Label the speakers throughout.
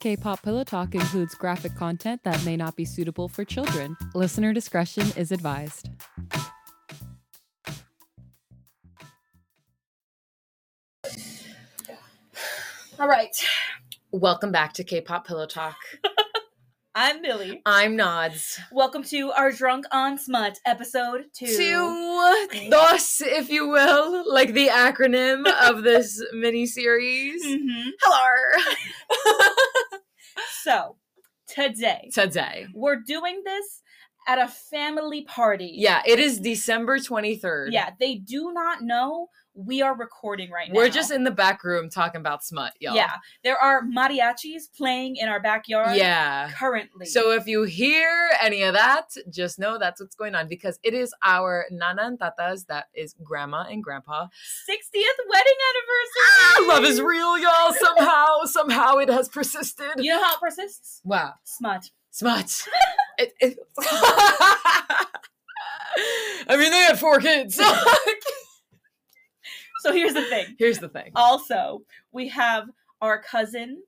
Speaker 1: K pop pillow talk includes graphic content that may not be suitable for children. Listener discretion is advised.
Speaker 2: All right.
Speaker 3: Welcome back to K-pop Pillow Talk.
Speaker 2: I'm Millie.
Speaker 3: I'm Nods.
Speaker 2: Welcome to our Drunk on Smut episode two.
Speaker 3: To DOS, if you will, like the acronym of this mini series.
Speaker 2: Mhm.
Speaker 3: Hello.
Speaker 2: So, today
Speaker 3: Today.
Speaker 2: we're doing this at a family party.
Speaker 3: Yeah, it is December 23rd.
Speaker 2: Yeah, they do not know we are recording right now.
Speaker 3: We're just in the back room talking about smut, y'all.
Speaker 2: Yeah, there are mariachis playing in our backyard
Speaker 3: Yeah.
Speaker 2: currently.
Speaker 3: So if you hear any of that, just know that's what's going on because it is our Nana and Tatas, that is grandma and grandpa.
Speaker 2: 60th wedding anniversary.
Speaker 3: Ah, Love is real, y'all. Somehow, somehow it has persisted.
Speaker 2: You know how it persists?
Speaker 3: Wow.
Speaker 2: Smut.
Speaker 3: Smut. It- it- I mean, they had four kids.
Speaker 2: So here's the thing.
Speaker 3: Here's the thing.
Speaker 2: Also, we have our cousin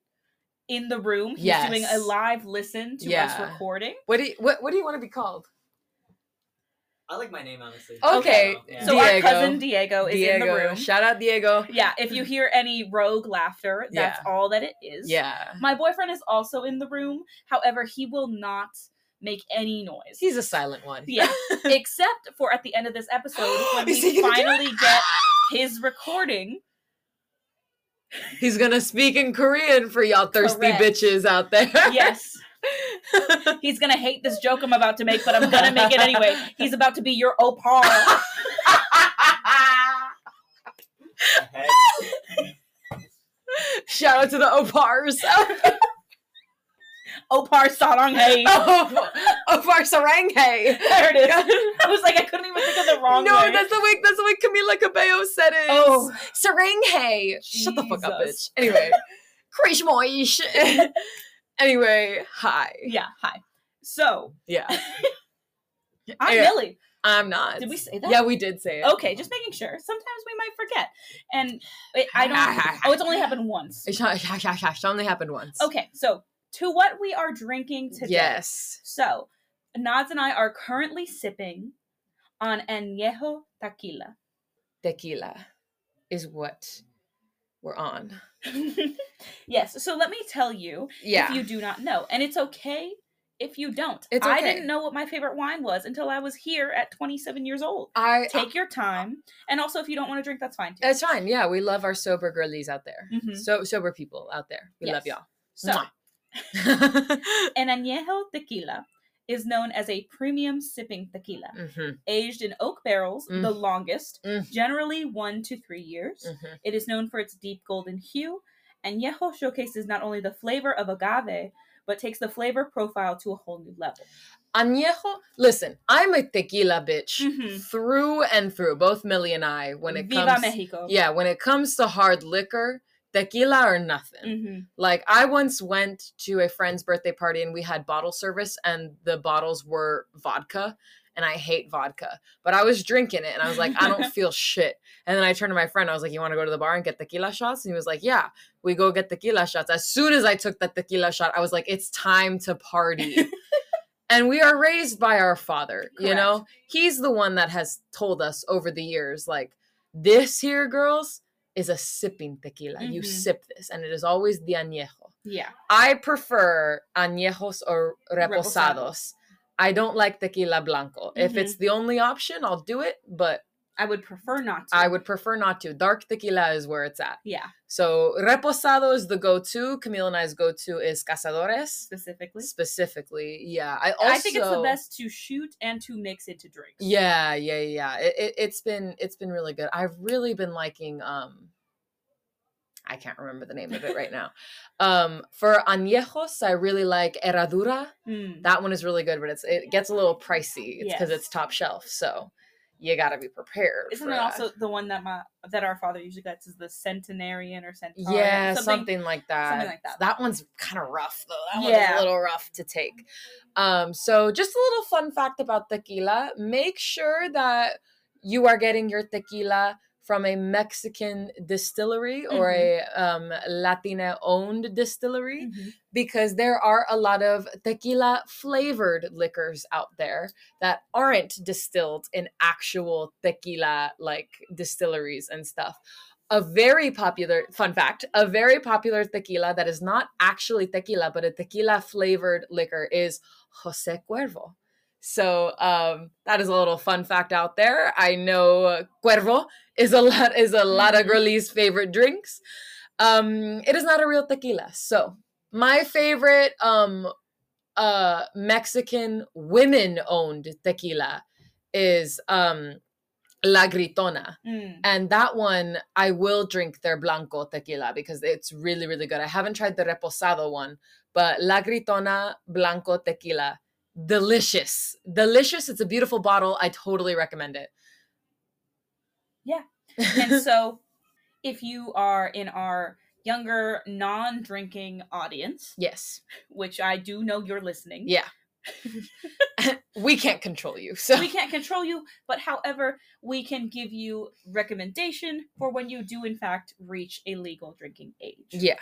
Speaker 2: in the room. He's doing a
Speaker 3: Yes.
Speaker 2: live listen to us
Speaker 3: Yeah.
Speaker 2: recording.
Speaker 3: What do you, what, what do you want to be called?
Speaker 4: I like my name honestly.
Speaker 3: Okay,
Speaker 4: So,
Speaker 2: So our
Speaker 3: Diego.
Speaker 2: cousin Diego is in the room.
Speaker 3: Shout out Diego.
Speaker 2: Yeah, if you hear any rogue laughter, that's all that it is.
Speaker 3: Yeah.
Speaker 2: My boyfriend is also in the room. However, he will not make any noise.
Speaker 3: He's a silent one.
Speaker 2: yeah, except for at the end of this episode when
Speaker 3: Is
Speaker 2: we
Speaker 3: he gonna do it?
Speaker 2: finally get his recording.
Speaker 3: He's going to speak in Korean for y'all thirsty
Speaker 2: Correct.
Speaker 3: bitches out there.
Speaker 2: Yes. He's gonna hate this joke I'm about to make, but I'm gonna make it anyway. He's about to be your opar.
Speaker 4: heck,
Speaker 3: Shout out to the Opars.
Speaker 2: Opar Sarang Hey.
Speaker 3: Oh, Opar Saranghae.
Speaker 2: There it is. I was like, I couldn't even think of the wrong
Speaker 3: no,
Speaker 2: way.
Speaker 3: that's the way that's the way Camila Cabello said it.
Speaker 2: Oh.
Speaker 3: Serenghe. Shut the fuck up,
Speaker 2: Jesus.
Speaker 3: bitch. Anyway, Krish Moish. anyway, hi.
Speaker 2: yeah. Hi. So
Speaker 3: Yeah,
Speaker 2: I'm
Speaker 3: Yeah.
Speaker 2: Millie.
Speaker 3: I'm not.
Speaker 2: Did we say that?
Speaker 3: Yeah, we did say it.
Speaker 2: Okay, just making sure. Sometimes we might forget, and it, I don't. oh, it's only happened once.
Speaker 3: It's not- shush, shush, shush, only happened once.
Speaker 2: Okay, so to what we are drinking today.
Speaker 3: Yes.
Speaker 2: So Nods and I are currently sipping on añejo tequila.
Speaker 3: Tequila is what we're on.
Speaker 2: yes. So let me tell you,
Speaker 3: Yeah.
Speaker 2: if you do not know, and it's okay if you don't.
Speaker 3: It's
Speaker 2: I
Speaker 3: okay.
Speaker 2: didn't know what my favorite wine was until I was here at 27 years old.
Speaker 3: I
Speaker 2: Take your time, and also if you don't want to drink, that's fine too.
Speaker 3: that's fine. Yeah, we love our sober girlies out there.
Speaker 2: Mhm.
Speaker 3: So sober people out there. We love
Speaker 2: Yes.
Speaker 3: y'all.
Speaker 2: So.
Speaker 3: Mwah.
Speaker 2: An añejo tequila is known as a premium sipping tequila,
Speaker 3: Mhm,
Speaker 2: aged in oak barrels,
Speaker 3: Mm.
Speaker 2: the longest,
Speaker 3: Mm.
Speaker 2: generally one to three years.
Speaker 3: mhm.
Speaker 2: It is known for its deep golden hue. Añejo showcases not only the flavor of agave, but takes the flavor profile to a whole new level.
Speaker 3: Añejo, listen, I'm a tequila bitch
Speaker 2: Mhm.
Speaker 3: through and through. Both Millie and I, when it
Speaker 2: Viva
Speaker 3: comes,
Speaker 2: Mexico!
Speaker 3: yeah, when it comes to hard liquor, tequila or nothing.
Speaker 2: hmm
Speaker 3: Like I once went to a friend's birthday party and we had bottle service, and the bottles were vodka. And I hate vodka, but I was drinking it and I was like, I don't feel shit. And then I turned to my friend, I was like, You want to go to the bar and get tequila shots? And he was like, Yeah, we go get tequila shots. As soon as I took that tequila shot, I was like, It's time to party. and we are raised by our father, you know? He's the one that has told us over the years, like, this here, girls, is a sipping tequila. You
Speaker 2: Mhm.
Speaker 3: sip this, and it is always the añejo.
Speaker 2: Yeah.
Speaker 3: I prefer añejos or
Speaker 2: Reposado.
Speaker 3: reposados. I don't like tequila blanco. If
Speaker 2: Mhm.
Speaker 3: it's the only option, I'll do it, but
Speaker 2: I would prefer not to.
Speaker 3: I would prefer not to. Dark tequila is where it's at.
Speaker 2: Yeah,
Speaker 3: So reposado is the go-to. Camila and I's go-to is cazadores
Speaker 2: specifically.
Speaker 3: specifically. Yeah, I also
Speaker 2: I think it's the best to shoot and to mix into drinks.
Speaker 3: Yeah, yeah, yeah. It, it it's been it's been really good. I've really been liking um I can't remember the name of it right now. Um for añejos, I really like herradura.
Speaker 2: Mm.
Speaker 3: That one is really good, but it's it gets a little pricey. It's because it's
Speaker 2: Yes.
Speaker 3: top shelf, so you got to be prepared.
Speaker 2: Isn't
Speaker 3: for
Speaker 2: it
Speaker 3: that.
Speaker 2: also the one that my that our father usually gets is the centenarian or centenarian?
Speaker 3: yeah, something, like that.
Speaker 2: something like that.
Speaker 3: That one's kind of rough though. That
Speaker 2: Yeah.
Speaker 3: one's a little rough to take. Um, so just a little fun fact about tequila: make sure that you are getting your tequila from a Mexican distillery or a um, Latina owned distillery because there are a lot of tequila flavored liquors out there that aren't distilled in actual tequila like distilleries and stuff. A very popular fun fact, a very popular tequila that is not actually tequila but a tequila flavored liquor is Jose Cuervo. So um, that is a little fun fact out there. I know Cuervo is a lot is a lot of
Speaker 2: Mhm.
Speaker 3: girlies' favorite drinks. Um, it is not a real tequila. So my favorite um, uh, Mexican women-owned tequila is um, La Gritona.
Speaker 2: Mm.
Speaker 3: And that one, I will drink their blanco tequila because it's really, really good. I haven't tried the reposado one, but La Gritona Blanco tequila, delicious, delicious. It's a beautiful bottle. I totally recommend it.
Speaker 2: Yeah. and so if you are in our younger non-drinking audience
Speaker 3: yes,
Speaker 2: which i do know you're listening
Speaker 3: yeah. we can't control you, so
Speaker 2: we can't control you but however we can give you recommendation for when you do in fact reach a legal drinking age
Speaker 3: Yeah.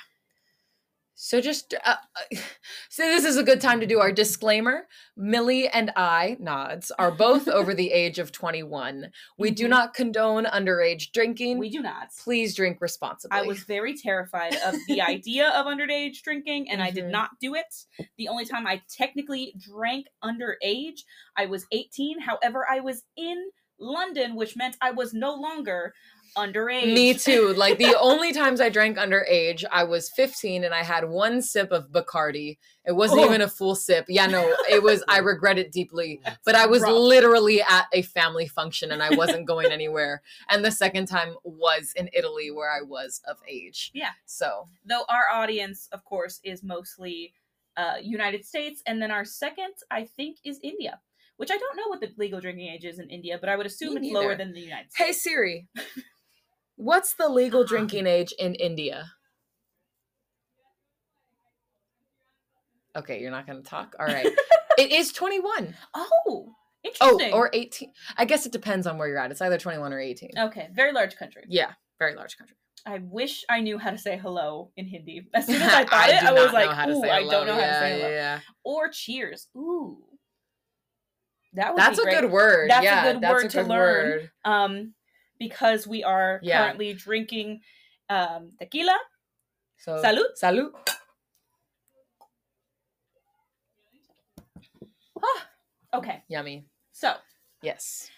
Speaker 3: So just uh, uh, so this is a good time to do our disclaimer. Millie and I, nods, are both over the age of 21. We do
Speaker 2: Mhm.
Speaker 3: not condone underage drinking.
Speaker 2: we do not
Speaker 3: Please drink responsibly.
Speaker 2: I was very terrified of the idea of underage drinking and I did
Speaker 3: Mhm.
Speaker 2: not do it. The only time I technically drank underage, I was 18. However, I was in London, which meant I was no longer underage.
Speaker 3: me too. Like the only times I drank underage, I was 15 and I had one sip of Bacardi. It wasn't
Speaker 2: Oh.
Speaker 3: even a full sip. Yeah, no, it was. I regret it deeply. But I was
Speaker 2: rough.
Speaker 3: literally at a family function and I wasn't going anywhere. And the second time was in Italy where I was of age.
Speaker 2: Yeah.
Speaker 3: So,
Speaker 2: Though our audience, of course, is mostly uh, United States. And then our second, I think, is India, which I don't know what the legal drinking age is in India, but I would assume it's lower
Speaker 3: neither.
Speaker 2: than the United
Speaker 3: hey
Speaker 2: States.
Speaker 3: Siri, what's the legal
Speaker 4: Uh-huh.
Speaker 3: drinking age in India? Okay, you're not going to talk. All right. it is 21.
Speaker 2: Oh,
Speaker 3: Oh,
Speaker 2: interesting.
Speaker 3: or 18. I guess it depends on where you're at. It's either 21 or 18.
Speaker 2: okay, very large country.
Speaker 3: Yeah, very large country.
Speaker 2: I wish I knew how to say hello in Hindi. As soon as I thought it,
Speaker 3: do
Speaker 2: I
Speaker 3: not
Speaker 2: was
Speaker 3: know
Speaker 2: like,
Speaker 3: how to
Speaker 2: "Ooh,
Speaker 3: say
Speaker 2: I don't know
Speaker 3: hello.
Speaker 2: how to
Speaker 3: Yeah,
Speaker 2: say hello."
Speaker 3: yeah,
Speaker 2: Or cheers. Ooh, that would
Speaker 3: That's
Speaker 2: be
Speaker 3: a
Speaker 2: great.
Speaker 3: good word.
Speaker 2: That's a
Speaker 3: yeah,
Speaker 2: good
Speaker 3: that's
Speaker 2: word
Speaker 3: a
Speaker 2: to
Speaker 3: good
Speaker 2: learn.
Speaker 3: word.
Speaker 2: Um, because we are
Speaker 3: Yeah.
Speaker 2: currently drinking um tequila.
Speaker 3: So
Speaker 2: Salud.
Speaker 3: salud.
Speaker 2: Ah, okay,
Speaker 3: Yummy.
Speaker 2: so
Speaker 3: Yes.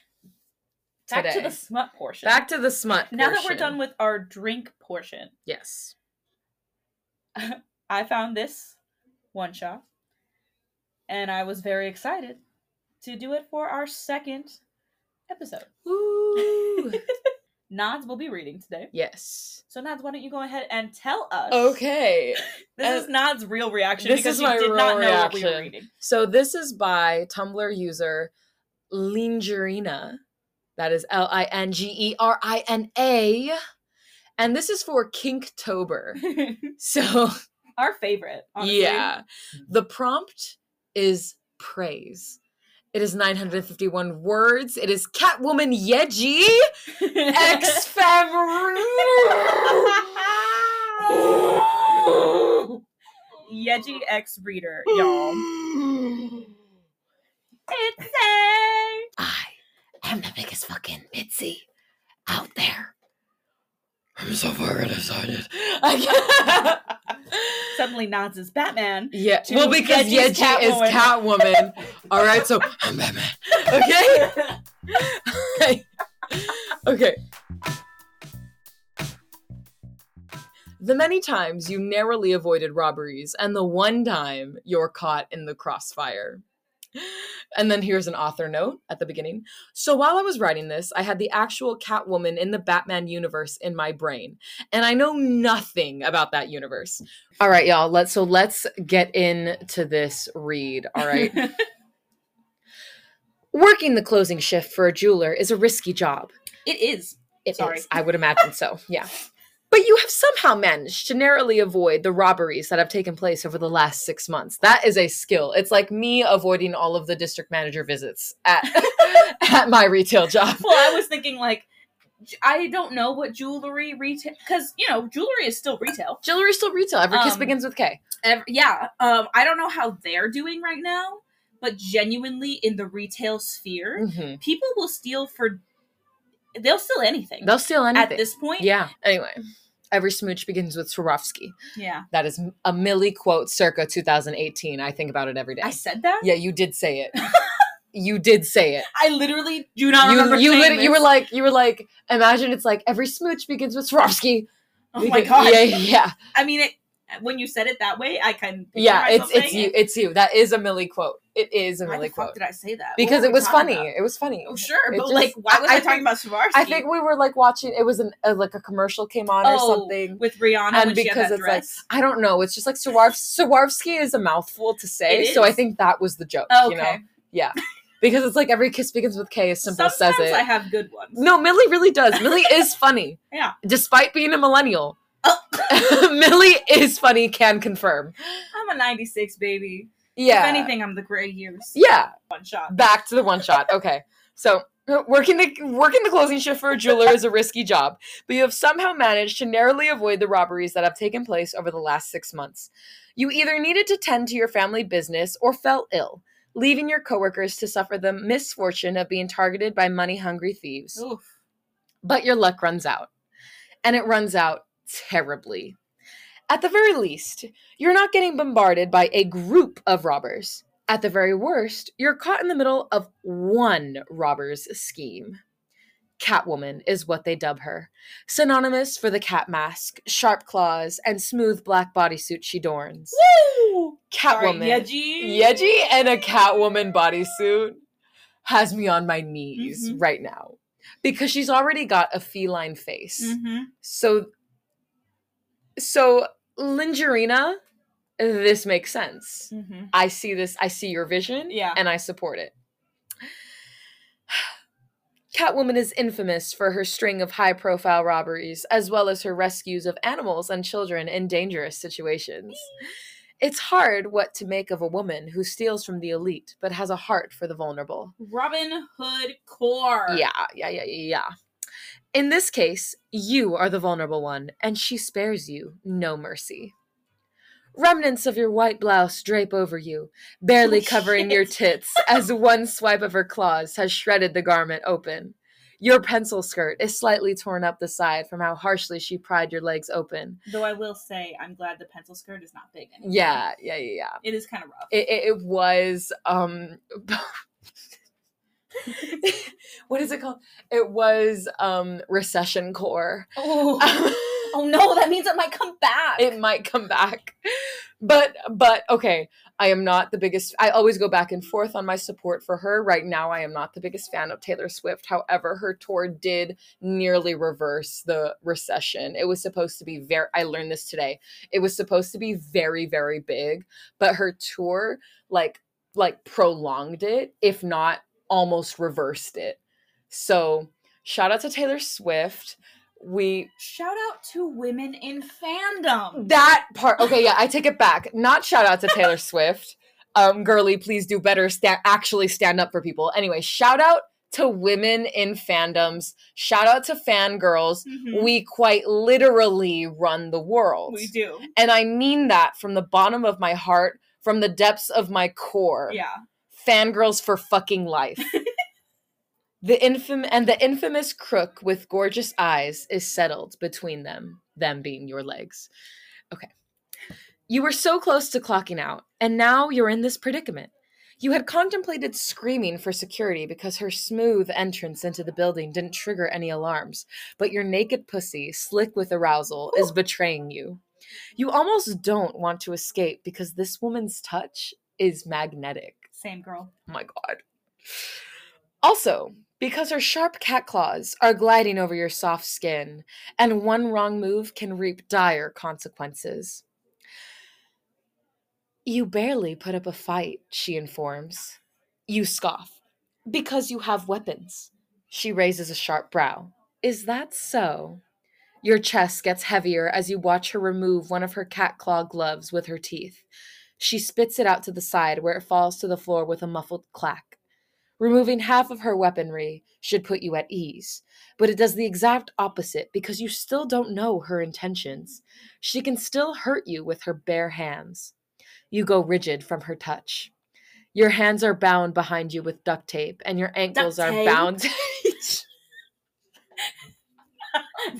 Speaker 2: back to
Speaker 3: Today.
Speaker 2: the smut portion.
Speaker 3: Back to the smut.
Speaker 2: now that we're
Speaker 3: portion.
Speaker 2: done with our drink portion,
Speaker 3: yes,
Speaker 2: I found this one shot, and I was very excited to do it for our second episode.
Speaker 3: Ooh.
Speaker 2: Nods will be reading today.
Speaker 3: yes.
Speaker 2: So Nods, why don't you go ahead and tell us?
Speaker 3: Okay.
Speaker 2: This is
Speaker 3: and-
Speaker 2: Nods' real reaction
Speaker 3: This
Speaker 2: because
Speaker 3: is
Speaker 2: she
Speaker 3: my
Speaker 2: did not know
Speaker 3: real
Speaker 2: what we were
Speaker 3: reaction.
Speaker 2: reading.
Speaker 3: So this is by Tumblr user Lingerina. That is L I N G E R I N A. And this is for Kinktober. So
Speaker 2: Our favorite, honestly. Hmm.
Speaker 3: Yeah. The prompt is praise. It is 951 words. It is Catwoman Yeji X
Speaker 2: Yeji X reader, y'all. It's a
Speaker 3: I am the biggest fucking Mitzi out there. I'm so fucking excited.
Speaker 2: suddenly Nods is Batman.
Speaker 3: yeah.
Speaker 2: to
Speaker 3: Well, because
Speaker 2: Yeji's
Speaker 3: Yeji is Catwoman. All right. So I'm Batman. Okay. okay. Okay. The many times you narrowly avoided robberies, and the one time you're caught in the crossfire. And then here's an author note at the beginning. So while I was writing this, I had the actual Catwoman in the Batman universe in my brain, and I know nothing about that universe. All right, y'all. Let's so let's get into this read. All right. Working the closing shift for a jeweler is a risky job.
Speaker 2: it is.
Speaker 3: It is.
Speaker 2: Sorry.
Speaker 3: I would imagine so. Yeah. But you have somehow managed to narrowly avoid the robberies that have taken place over the last six months. That is a skill. It's like me avoiding all of the district manager visits at, at my retail job.
Speaker 2: Well, I was thinking like j- I don't know what jewelry retail because you know jewelry is still retail.
Speaker 3: Jewelry still retail. Every kiss
Speaker 2: Um,
Speaker 3: begins with K.
Speaker 2: Ev- yeah, um, I don't know how they're doing right now, but genuinely in the retail sphere,
Speaker 3: Mhm.
Speaker 2: people will steal for they'll steal anything
Speaker 3: They'll steal anything.
Speaker 2: at this point.
Speaker 3: yeah. Anyway, every smooch begins with Swarovski.
Speaker 2: yeah.
Speaker 3: That is a Millie quote circa 2018. I think about it every day.
Speaker 2: I said that.
Speaker 3: yeah, you did say it. you did say it.
Speaker 2: I literally do not
Speaker 3: You
Speaker 2: remember.
Speaker 3: you,
Speaker 2: saying
Speaker 3: lit- you
Speaker 2: this.
Speaker 3: were like you were like imagine it's like every smooch begins with Swarovski.
Speaker 2: oh my god.
Speaker 3: Yeah, yeah,
Speaker 2: I mean, it, when you said it that way, I can. picture
Speaker 3: yeah. It's
Speaker 2: myself
Speaker 3: it's
Speaker 2: saying
Speaker 3: you.
Speaker 2: it.
Speaker 3: It's you. That is a Millie quote. It is a
Speaker 2: Why
Speaker 3: Millie
Speaker 2: the fuck
Speaker 3: quote
Speaker 2: did I say that? What
Speaker 3: because
Speaker 2: were
Speaker 3: it
Speaker 2: we
Speaker 3: was
Speaker 2: talking
Speaker 3: funny.
Speaker 2: about?
Speaker 3: It was funny.
Speaker 2: Oh sure,
Speaker 3: It
Speaker 2: but
Speaker 3: just-
Speaker 2: like, why
Speaker 3: I-
Speaker 2: was
Speaker 3: I
Speaker 2: I, talking
Speaker 3: think-
Speaker 2: about Swarovski?
Speaker 3: I think we were like watching. It was an uh, like a commercial came on or
Speaker 2: Oh.
Speaker 3: something.
Speaker 2: with Rihanna
Speaker 3: and
Speaker 2: when she
Speaker 3: because
Speaker 2: had that
Speaker 3: it's like-
Speaker 2: dress.
Speaker 3: I don't know. It's just like Swarov- Swarovski is a mouthful to say,
Speaker 2: It
Speaker 3: so I
Speaker 2: is.
Speaker 3: think that was the joke.
Speaker 2: Oh,
Speaker 3: You know? Yeah, because it's like every kiss begins with K. Is simple
Speaker 2: Sometimes
Speaker 3: says it.
Speaker 2: I have good ones.
Speaker 3: no, Millie really does. Millie is funny.
Speaker 2: Yeah.
Speaker 3: Despite being a millennial.
Speaker 2: Oh.
Speaker 3: Millie is funny, can confirm.
Speaker 2: I'm a '96 baby.
Speaker 3: Yeah.
Speaker 2: If anything, I'm the gray years.
Speaker 3: Yeah.
Speaker 2: One shot.
Speaker 3: Back to the one shot. Okay. So working the working the closing shift for a jeweler is a risky job, but you have somehow managed to narrowly avoid the robberies that have taken place over the last six months. You either needed to tend to your family business or fell ill, leaving your coworkers to suffer the misfortune of being targeted by money hungry thieves.
Speaker 2: Oof.
Speaker 3: But your luck runs out. And it runs out terribly. At the very least, you're not getting bombarded by a group of robbers. At the very worst, you're caught in the middle of one robber's scheme. Catwoman is what they dub her, synonymous for the cat mask, sharp claws, and smooth black bodysuit she dorns.
Speaker 2: Woo! Sorry,
Speaker 3: Catwoman.
Speaker 2: Yeji.
Speaker 3: Yeji and a Catwoman bodysuit has me on my knees
Speaker 2: Mhm.
Speaker 3: right now because she's already got a feline face.
Speaker 2: hmm
Speaker 3: So, so Lingerina, this makes sense.
Speaker 2: hmm
Speaker 3: I see this. I see your vision.
Speaker 2: Yeah.
Speaker 3: and I support it. Catwoman is infamous for her string of high profile robberies, as well as her rescues of animals and children in dangerous situations. It's hard what to make of a woman who steals from the elite but has a heart for the vulnerable.
Speaker 2: Robin Hood core.
Speaker 3: Yeah, yeah, yeah, yeah, yeah. In this case, you are the vulnerable one, and she spares you no mercy. Remnants of your white blouse drape over you, barely
Speaker 2: Oh,
Speaker 3: covering your tits as one swipe of her claws has shredded the garment open. Your pencil skirt is slightly torn up the side from how harshly she pried your legs open.
Speaker 2: Though I will say, I'm glad the pencil skirt is not big anymore.
Speaker 3: Yeah, yeah, yeah, yeah.
Speaker 2: It is kind of rough.
Speaker 3: It, it, it was um what is it called? It was um recession core.
Speaker 2: oh.
Speaker 3: Um,
Speaker 2: oh no, that means it might come back.
Speaker 3: it might come back but but okay i am not the biggest i always go back and forth on my support for her right now i am not the biggest fan of taylor swift however her tour did nearly reverse the recession it was supposed to be very i learned this today it was supposed to be very very big but her tour like like prolonged it if not almost reversed it so shout out to taylor swift we
Speaker 2: Shout out to women in fandom.
Speaker 3: that part okay yeah i take it back not shout out to taylor swift um girly please do better sta- actually stand up for people anyway shout out to women in fandoms shout out to fangirls
Speaker 2: Mhm.
Speaker 3: we quite literally run the world
Speaker 2: we do.
Speaker 3: and i mean that from the bottom of my heart from the depths of my core
Speaker 2: Yeah.
Speaker 3: fangirls for fucking life the infam and the infamous crook with gorgeous eyes is settled between them them being your legs okay you were so close to clocking out and now you're in this predicament you had contemplated screaming for security because her smooth entrance into the building didn't trigger any alarms, but your naked pussy, slick with arousal, is betraying you. You almost don't want to escape because this woman's touch is magnetic.
Speaker 2: Same girl.
Speaker 3: Oh my god. Also, because her sharp cat claws are gliding over your soft skin, and one wrong move can reap dire consequences. You barely put up a fight, she informs. You scoff. Because you have weapons. She raises a sharp brow. Is that so? Your chest gets heavier as you watch her remove one of her cat claw gloves with her teeth. She spits it out to the side where it falls to the floor with a muffled clack. Removing half of her weaponry should put you at ease, but it does the exact opposite because you still don't know her intentions. She can still hurt you with her bare hands. You go rigid from her touch. Your hands are bound behind you with duct tape, and your ankles are
Speaker 2: tape?
Speaker 3: bound to each.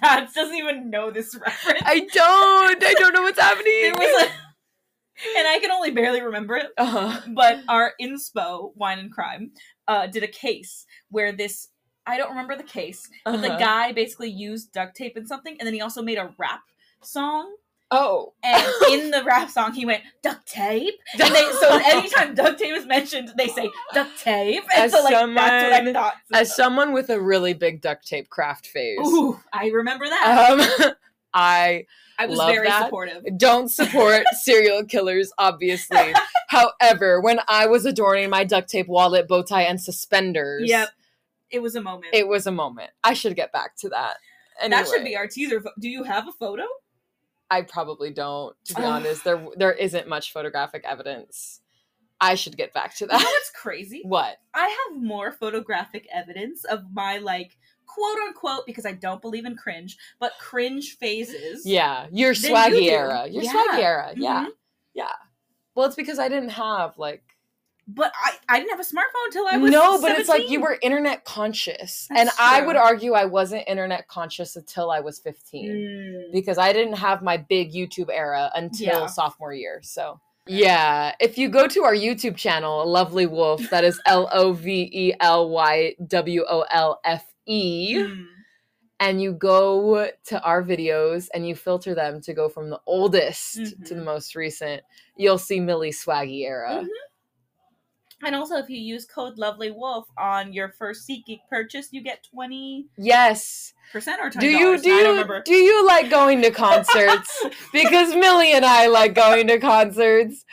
Speaker 2: Mads doesn't even know this reference.
Speaker 3: I don't. I don't know what's happening.
Speaker 2: there was a, and I can only barely remember it.
Speaker 3: uh-huh.
Speaker 2: But our inspo, Wine and Crime, uh, did a case where this I don't remember the case, but the
Speaker 3: Uh-huh.
Speaker 2: guy basically used duct tape and something, and then he also made a rap song.
Speaker 3: Oh,
Speaker 2: And in the rap song, he went duct tape, and they so anytime duct tape is mentioned, they say duct tape, and
Speaker 3: As
Speaker 2: so like that's what I
Speaker 3: someone-
Speaker 2: thought.
Speaker 3: as someone with a really big duct tape craft phase,
Speaker 2: Ooh, I remember that.
Speaker 3: um, I
Speaker 2: I was
Speaker 3: love
Speaker 2: very
Speaker 3: that.
Speaker 2: supportive.
Speaker 3: don't support serial killers, obviously. However, when I was adorning my duct tape wallet, bow tie, and suspenders,
Speaker 2: Yep, it was a moment.
Speaker 3: it was a moment. I should get back to that. Anyway,
Speaker 2: That should be our teaser. pho- Do you have a photo?
Speaker 3: I probably don't, to be
Speaker 2: Ugh.
Speaker 3: honest. There, there isn't much photographic evidence. I should get back to
Speaker 2: You know
Speaker 3: that.
Speaker 2: what's crazy?
Speaker 3: what?
Speaker 2: I have more photographic evidence of my like quote unquote because I don't believe in cringe, but cringe phases.
Speaker 3: Yeah, your
Speaker 2: Then you
Speaker 3: swaggy
Speaker 2: do.
Speaker 3: era. Your
Speaker 2: Yeah.
Speaker 3: swaggy era. Yeah,
Speaker 2: Mhm.
Speaker 3: yeah. Well, it's because I didn't have like
Speaker 2: But I, I didn't have a smartphone until I was
Speaker 3: no, but it's like you
Speaker 2: 17.
Speaker 3: were internet conscious,
Speaker 2: That's
Speaker 3: and I would
Speaker 2: true.
Speaker 3: argue I wasn't internet conscious until I was fifteen
Speaker 2: Mm.
Speaker 3: because I didn't have my big YouTube era until
Speaker 2: Yeah.
Speaker 3: sophomore year. So yeah, if you go to our YouTube channel, Lovely Wolf, that is L O V E L Y W O L F E,
Speaker 2: Mm.
Speaker 3: and you go to our videos and you filter them to go from the oldest to the
Speaker 2: Mm-hmm.
Speaker 3: most recent, you'll see Millie Swaggy era.
Speaker 2: Mhm. Mm-hmm. And also, if you use code Lovely Wolf on your first SeatGeek purchase, you get twenty
Speaker 3: Yes.
Speaker 2: percent or
Speaker 3: do
Speaker 2: twenty
Speaker 3: you
Speaker 2: dollars.
Speaker 3: do
Speaker 2: I don't
Speaker 3: you,
Speaker 2: remember.
Speaker 3: do you like going to concerts because millie and i like going to concerts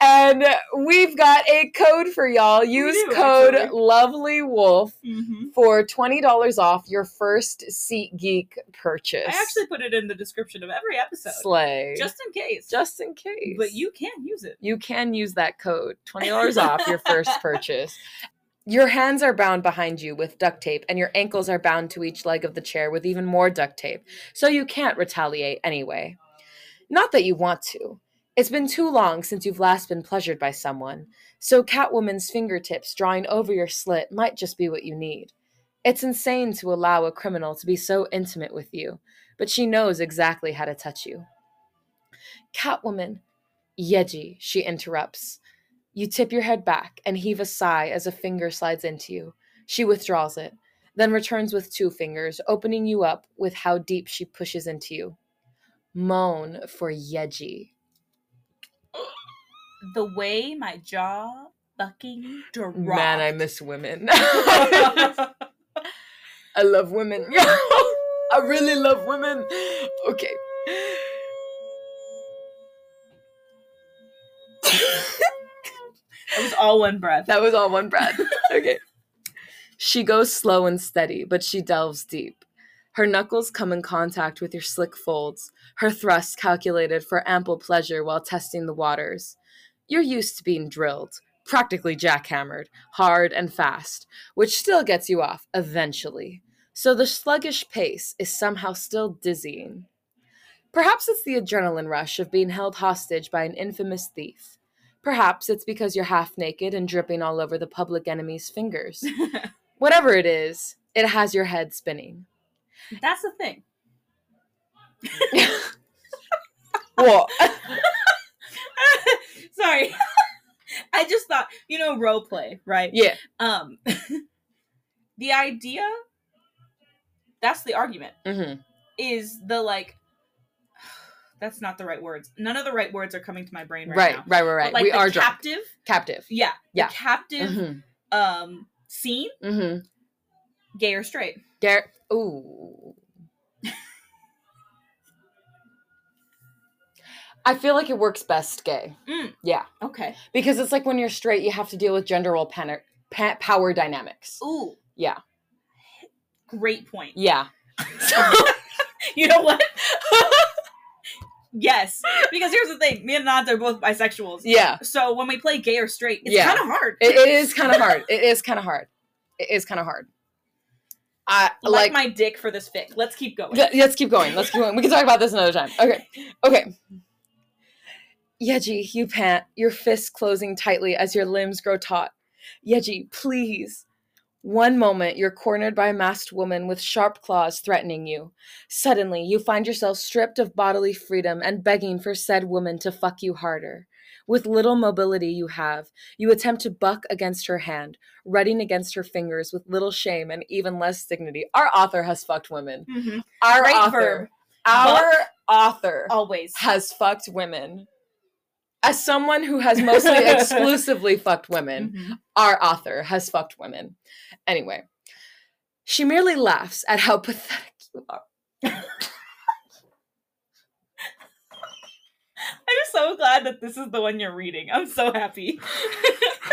Speaker 3: and we've got a code for y'all use
Speaker 2: do,
Speaker 3: code
Speaker 2: actually.
Speaker 3: lovely wolf
Speaker 2: Mhm.
Speaker 3: for $20 off your first seat geek purchase
Speaker 2: I actually put it in the description of every episode,
Speaker 3: slay just,
Speaker 2: just in case.
Speaker 3: in case
Speaker 2: but you can use it.
Speaker 3: you can use that code $20 off your first purchase your hands are bound behind you with duct tape and your ankles are bound to each leg of the chair with even more duct tape so you can't retaliate anyway not that you want to it's been too long since you've last been pleasured by someone so catwoman's fingertips drawing over your slit might just be what you need it's insane to allow a criminal to be so intimate with you but she knows exactly how to touch you catwoman Yeji, she interrupts. You tip your head back and heave a sigh as a finger slides into you. She withdraws it, then returns with two fingers, opening you up with how deep she pushes into you. Moan for Yeji.
Speaker 2: The way my jaw fucking dropped.
Speaker 3: miss women.
Speaker 2: I
Speaker 3: I love women. I really love women. Okay.
Speaker 2: It was all one breath.
Speaker 3: That was all one breath. Okay. she goes slow and steady, but she delves deep. Her knuckles come in contact with your slick folds, her thrust calculated for ample pleasure while testing the waters. You're used to being drilled, practically jackhammered, hard and fast, which still gets you off eventually. So the sluggish pace is somehow still dizzying. Perhaps it's the adrenaline rush of being held hostage by an infamous thief. Perhaps it's because you're half naked and dripping all over the public enemy's fingers. Whatever it is, it has your head spinning.
Speaker 2: That's the thing.
Speaker 3: Well,
Speaker 2: Sorry. I just thought, you know, role play, right?
Speaker 3: yeah,
Speaker 2: Um the idea that's the argument
Speaker 3: hmm
Speaker 2: is the like that's not the right words. None of the right words are coming to my brain right,
Speaker 3: right,
Speaker 2: now.
Speaker 3: right, right, right.
Speaker 2: But, like
Speaker 3: we
Speaker 2: the
Speaker 3: are drunk.
Speaker 2: captive.
Speaker 3: captive.
Speaker 2: Yeah.
Speaker 3: Yeah.
Speaker 2: The captive
Speaker 3: Mm-hmm.
Speaker 2: um scene,
Speaker 3: Mm-hmm.
Speaker 2: gay or straight.
Speaker 3: Gar- Ooh. I feel like it works best gay
Speaker 2: Mm.
Speaker 3: Yeah.
Speaker 2: Okay.
Speaker 3: because it's like when you're straight, you have to deal with gender role panic, pa- power dynamics.
Speaker 2: Ooh.
Speaker 3: Yeah,
Speaker 2: Great point.
Speaker 3: yeah.
Speaker 2: You know what? yes. Because here's the thing, me and Nods are both bisexuals.
Speaker 3: yeah.
Speaker 2: So when we play gay or straight, it's
Speaker 3: Yeah.
Speaker 2: kind of hard.
Speaker 3: It, it is kind of hard. It is kind of hard. it is kind of hard. I like.
Speaker 2: like, my dick for this fic. Let's keep going.
Speaker 3: Th- let's keep going. Let's keep going. We can talk about this another time. Okay. Okay. Yeji, you pant, your fists closing tightly as your limbs grow taut. Yeji, please. One moment, you're cornered by a masked woman with sharp claws threatening you. Suddenly, you find yourself stripped of bodily freedom and begging for said woman to fuck you harder. With little mobility you have, you attempt to buck against her hand, rutting against her fingers with little shame and even less dignity. Our author has fucked women.
Speaker 2: Mhm.
Speaker 3: Our
Speaker 2: Great
Speaker 3: author,
Speaker 2: verb. Oh.
Speaker 3: our author
Speaker 2: Always.
Speaker 3: has fucked women. As someone who has mostly exclusively fucked women,
Speaker 2: Mhm.
Speaker 3: our author has fucked women. Anyway, she merely laughs at how pathetic you are.
Speaker 2: I'm just so glad that this is the one you're reading. I'm so happy.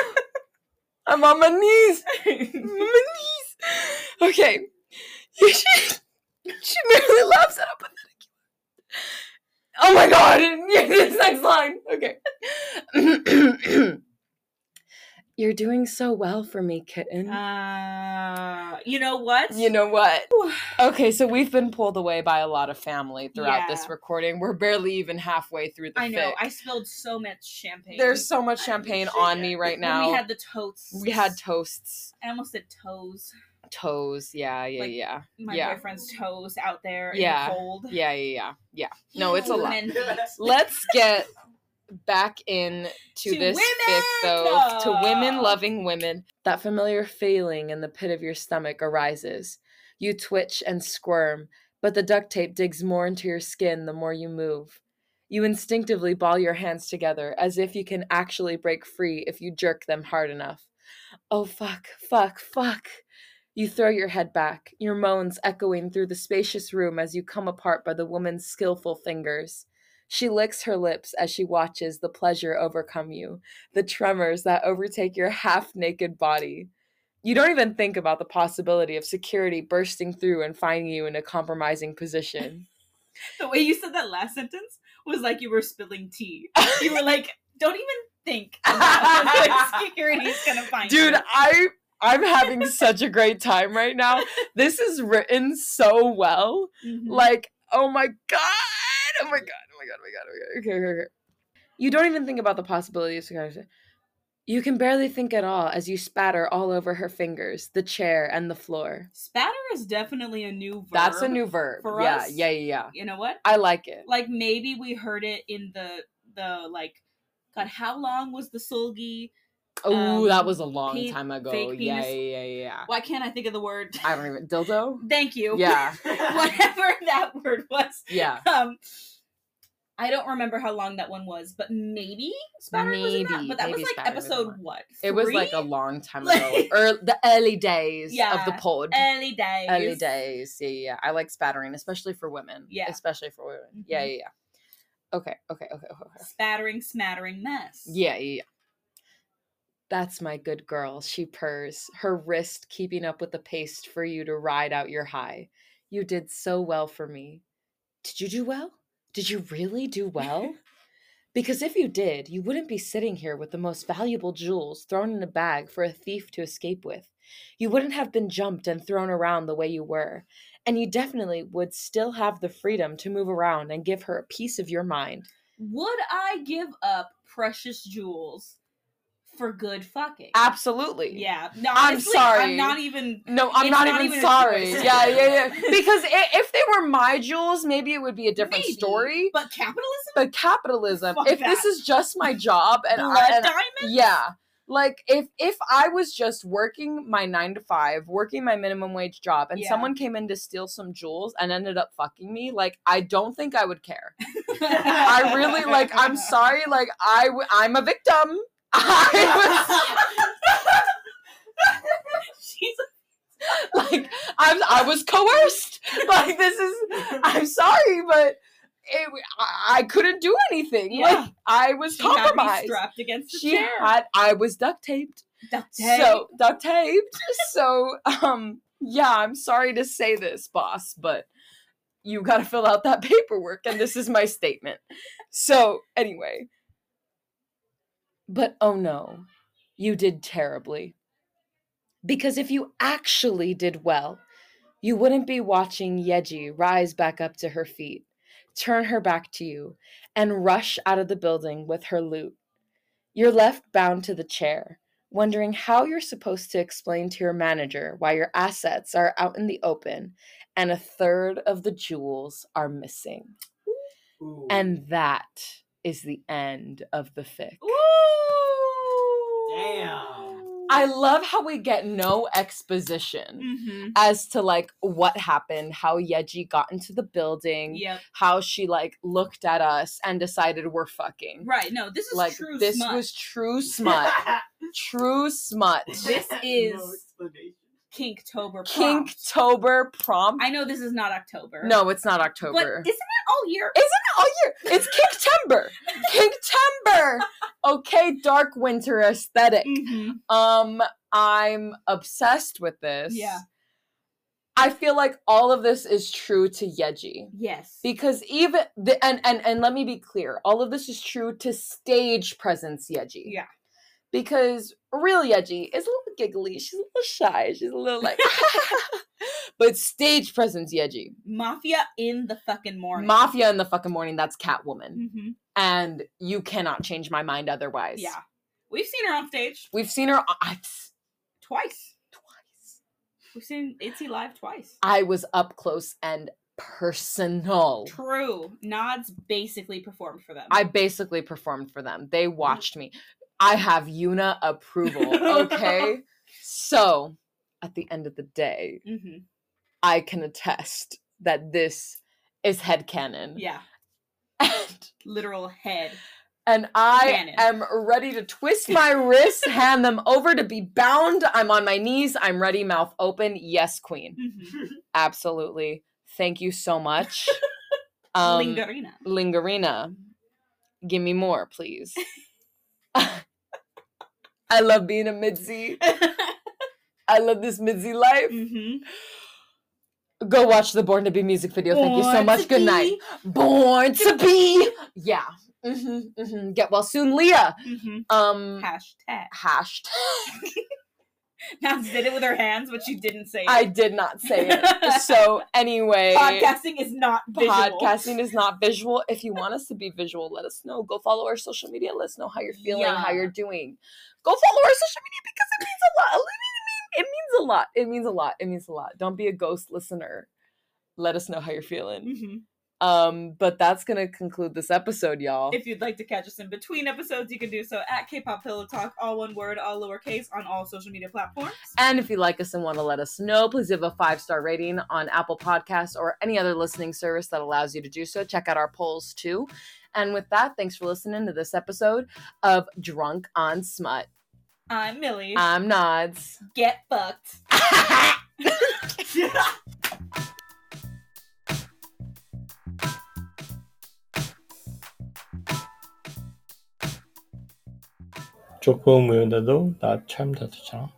Speaker 3: I'm on my knees. I'm on my knees. Okay. she, she merely laughs at how pathetic you are. Oh my god. this next line. Okay. You're doing so well for me, kitten.
Speaker 2: uh, you know what?
Speaker 3: You know what? Okay, so we've been pulled away by a lot of family throughout this
Speaker 2: Yeah.
Speaker 3: recording. We're barely even halfway through the
Speaker 2: I know.
Speaker 3: fic.
Speaker 2: I spilled so much champagne.
Speaker 3: There's so much champagne on me right
Speaker 2: When
Speaker 3: now.
Speaker 2: We had the totes.
Speaker 3: toasts,
Speaker 2: I almost said toes.
Speaker 3: toes. Yeah, yeah,
Speaker 2: Like-
Speaker 3: yeah,
Speaker 2: My
Speaker 3: Yeah.
Speaker 2: boyfriend's toes out there
Speaker 3: Yeah.
Speaker 2: in the cold.
Speaker 3: yeah, yeah, yeah, yeah.
Speaker 2: He
Speaker 3: No, it's a
Speaker 2: knows
Speaker 3: lot.
Speaker 2: men hate.
Speaker 3: Let's get back in to,
Speaker 2: To
Speaker 3: this fic
Speaker 2: women
Speaker 3: though to women
Speaker 2: love.
Speaker 3: loving women that familiar feeling in the pit of your stomach arises you twitch and squirm but the duct tape digs more into your skin the more you move you instinctively ball your hands together as if you can actually break free if you jerk them hard enough oh fuck fuck fuck you throw your head back, your moans echoing through the spacious room as you come apart by the woman's skillful fingers. She licks her lips as she watches the pleasure overcome you, the tremors that overtake your half naked body. You don't even think about the possibility of security bursting through and finding you in a compromising position.
Speaker 2: The way you said that last sentence was like you were spilling tea. You were like, don't even think about like, security's gonna find
Speaker 3: Dude,
Speaker 2: you.
Speaker 3: I I'm having such a great time right now. This is written so well.
Speaker 2: Mhm.
Speaker 3: Like, oh my god, oh my god, oh my god, oh my god, oh my god. Okay, okay, okay. You don't even think about the possibility of success. You can barely think at all as you spatter all over her fingers, the chair, and the floor.
Speaker 2: spatter is definitely a new verb.
Speaker 3: That's a new verb.
Speaker 2: for
Speaker 3: yeah,
Speaker 2: us.
Speaker 3: yeah, yeah, yeah.
Speaker 2: You know what?
Speaker 3: I like it.
Speaker 2: Like maybe we heard it in the the like. God, how long was the sulgi?
Speaker 3: Oh, that
Speaker 2: um,
Speaker 3: was a long
Speaker 2: pe-
Speaker 3: time ago.
Speaker 2: fake
Speaker 3: Yeah,
Speaker 2: penis-
Speaker 3: yeah, yeah, yeah.
Speaker 2: Why can't I think of the word?
Speaker 3: I don't even dildo.
Speaker 2: Thank you.
Speaker 3: Yeah,
Speaker 2: Whatever that word was.
Speaker 3: yeah.
Speaker 2: Um, I don't remember how long that one was, but maybe spatter was in that.
Speaker 3: Maybe-
Speaker 2: But that
Speaker 3: maybe
Speaker 2: was like
Speaker 3: spatter was in
Speaker 2: episode
Speaker 3: that.
Speaker 2: what?
Speaker 3: It was like
Speaker 2: three?
Speaker 3: a long time
Speaker 2: Like-
Speaker 3: ago, or the early days of the
Speaker 2: Yeah,
Speaker 3: pod.
Speaker 2: early days.
Speaker 3: early days. Yeah, yeah. yeah. I like spattering, especially for women.
Speaker 2: Yeah.
Speaker 3: Especially for women. Yeah,
Speaker 2: Mhm.
Speaker 3: yeah, yeah. Okay, okay, okay, okay. okay.
Speaker 2: Spattering, smattering mess.
Speaker 3: Yeah, yeah, yeah. That's my good girl, she purrs, her wrist keeping up with the pace for you to ride out your high. You did so well for me. Did you do well? Did you really do well? because if you did, you wouldn't be sitting here with the most valuable jewels thrown in a bag for a thief to escape with. You wouldn't have been jumped and thrown around the way you were. And you definitely would still have the freedom to move around and give her a piece of your mind.
Speaker 2: Would I give up precious jewels for good fucking?
Speaker 3: Absolutely.
Speaker 2: Yeah. No,
Speaker 3: I'm
Speaker 2: honestly,
Speaker 3: sorry.
Speaker 2: I'm not even.
Speaker 3: No, I'm
Speaker 2: It's
Speaker 3: not,
Speaker 2: not
Speaker 3: even,
Speaker 2: even a
Speaker 3: sorry.
Speaker 2: choice.
Speaker 3: Yeah, yeah, yeah. Because i- if they were my jewels, maybe it would be a different
Speaker 2: maybe,
Speaker 3: story. But,
Speaker 2: But capitalism?
Speaker 3: capitalism,
Speaker 2: Fuck
Speaker 3: if this
Speaker 2: that.
Speaker 3: is just my job and,
Speaker 2: Blood
Speaker 3: I, and
Speaker 2: diamond?
Speaker 3: yeah, like if if I was just working my nine to five, working my minimum wage job, and
Speaker 2: Yeah.
Speaker 3: someone came in to steal some jewels and ended up fucking me, like I don't think I would care. I really like. I'm sorry. Like I, w- I'm a victim. I was
Speaker 2: She's
Speaker 3: like I'm, I was coerced. Like this is, I'm sorry, but it, I, I couldn't do anything.
Speaker 2: Yeah.
Speaker 3: Like I was
Speaker 2: she had me
Speaker 3: compromised.
Speaker 2: strapped against the
Speaker 3: She
Speaker 2: chair.
Speaker 3: had, I was duct taped.
Speaker 2: Duct tape.
Speaker 3: So duct taped. so um, yeah, I'm sorry to say this, boss, but you got to fill out that paperwork, and this is my statement. So anyway, but oh no, you did terribly. Because if you actually did well, you wouldn't be watching Yeji rise back up to her feet, turn her back to you, and rush out of the building with her loot. You're left bound to the chair, wondering how you're supposed to explain to your manager why your assets are out in the open and a third of the jewels are missing.
Speaker 4: Ooh.
Speaker 3: And that is the end of the fic.
Speaker 2: Ooh.
Speaker 4: Damn.
Speaker 3: I love how we get no exposition
Speaker 2: Mm-hmm.
Speaker 3: as to like what happened, how Yeji got into the building,
Speaker 2: Yep.
Speaker 3: how she like looked at us and decided we're fucking.
Speaker 2: Right. No, this is
Speaker 3: Like
Speaker 2: true
Speaker 3: this
Speaker 2: smut.
Speaker 3: was true smut. true smut.
Speaker 2: This
Speaker 4: no
Speaker 2: is-
Speaker 4: explanation.
Speaker 2: Kinktober. prompt.
Speaker 3: Kinktober prompt.
Speaker 2: I know this is not October.
Speaker 3: No, it's not
Speaker 2: But
Speaker 3: October.
Speaker 2: isn't it all year?
Speaker 3: all year. It's Kinktember. Kinktember. Okay, dark winter aesthetic.
Speaker 2: Mhm.
Speaker 3: Um, I'm obsessed with this.
Speaker 2: Yeah.
Speaker 3: I feel like all of this is true to Yeji.
Speaker 2: Yes.
Speaker 3: Because even the, and and and let me be clear, all of this is true to stage presence Yeji.
Speaker 2: Yeah.
Speaker 3: Because real Yeji is a little giggly, she's a little shy, she's a little like but stage presence Yeji.
Speaker 2: Mafia in the fucking morning.
Speaker 3: Mafia in the fucking morning, that's Catwoman
Speaker 2: hmm
Speaker 3: and you cannot change my mind otherwise.
Speaker 2: Yeah. We've seen her on stage
Speaker 3: We've seen her I- I've, s-
Speaker 2: twice.
Speaker 3: twice.
Speaker 2: We've seen Itzy live twice.
Speaker 3: I was up close and personal.
Speaker 2: True. Nods basically performed for them.
Speaker 3: I basically performed for them. They watched me. I have Yuna approval, okay? so, at the end of the day,
Speaker 2: hmm
Speaker 3: I can attest that this is headcanon.
Speaker 2: Yeah.
Speaker 3: And,
Speaker 2: Literal head.
Speaker 3: and I
Speaker 2: Canon.
Speaker 3: am ready to twist my wrists, hand them over to be bound. I'm on my knees. I'm ready, mouth open. Yes, queen.
Speaker 2: Mhm.
Speaker 3: absolutely thank you so much um
Speaker 2: Lingarina.
Speaker 3: lingerina give me more please i love being a midzi i love this midzi life
Speaker 2: Mhm.
Speaker 3: go watch the born to be music video thank you so
Speaker 2: Born
Speaker 3: much
Speaker 2: to
Speaker 3: good night
Speaker 2: be.
Speaker 3: born to be yeah hmm hmm get well soon leah
Speaker 2: Mhm.
Speaker 3: um
Speaker 2: Hashtag.
Speaker 3: hashed
Speaker 2: Nods did it with her hands, but she didn't say it.
Speaker 3: i did not say it so anyway
Speaker 2: Podcasting is not visual.
Speaker 3: podcasting is not visual. If you want us to be visual, let us know. Go follow our social media. Let us know how you're feeling, how
Speaker 2: Yeah.
Speaker 3: you're doing. Go follow our social media because it means a lot. It means a lot. It means a lot. It means a lot. Don't be a ghost listener. Let us know how you're feeling.
Speaker 2: Mhm.
Speaker 3: Um, but that's gonna conclude this episode, y'all.
Speaker 2: If you'd like to catch us in between episodes, you can do so at K-pop Pillow Talk, all one word, all lowercase, on all social media platforms.
Speaker 3: and if you like us and want to let us know, please give a five star rating on Apple Podcasts or any other listening service that allows you to do so. Check out our polls too. And with that, thanks for listening to this episode of Drunk on Smut.
Speaker 2: I'm Millie.
Speaker 3: I'm Nods.
Speaker 2: Get fucked.
Speaker 5: 조금 외운데도 나참 다투잖아.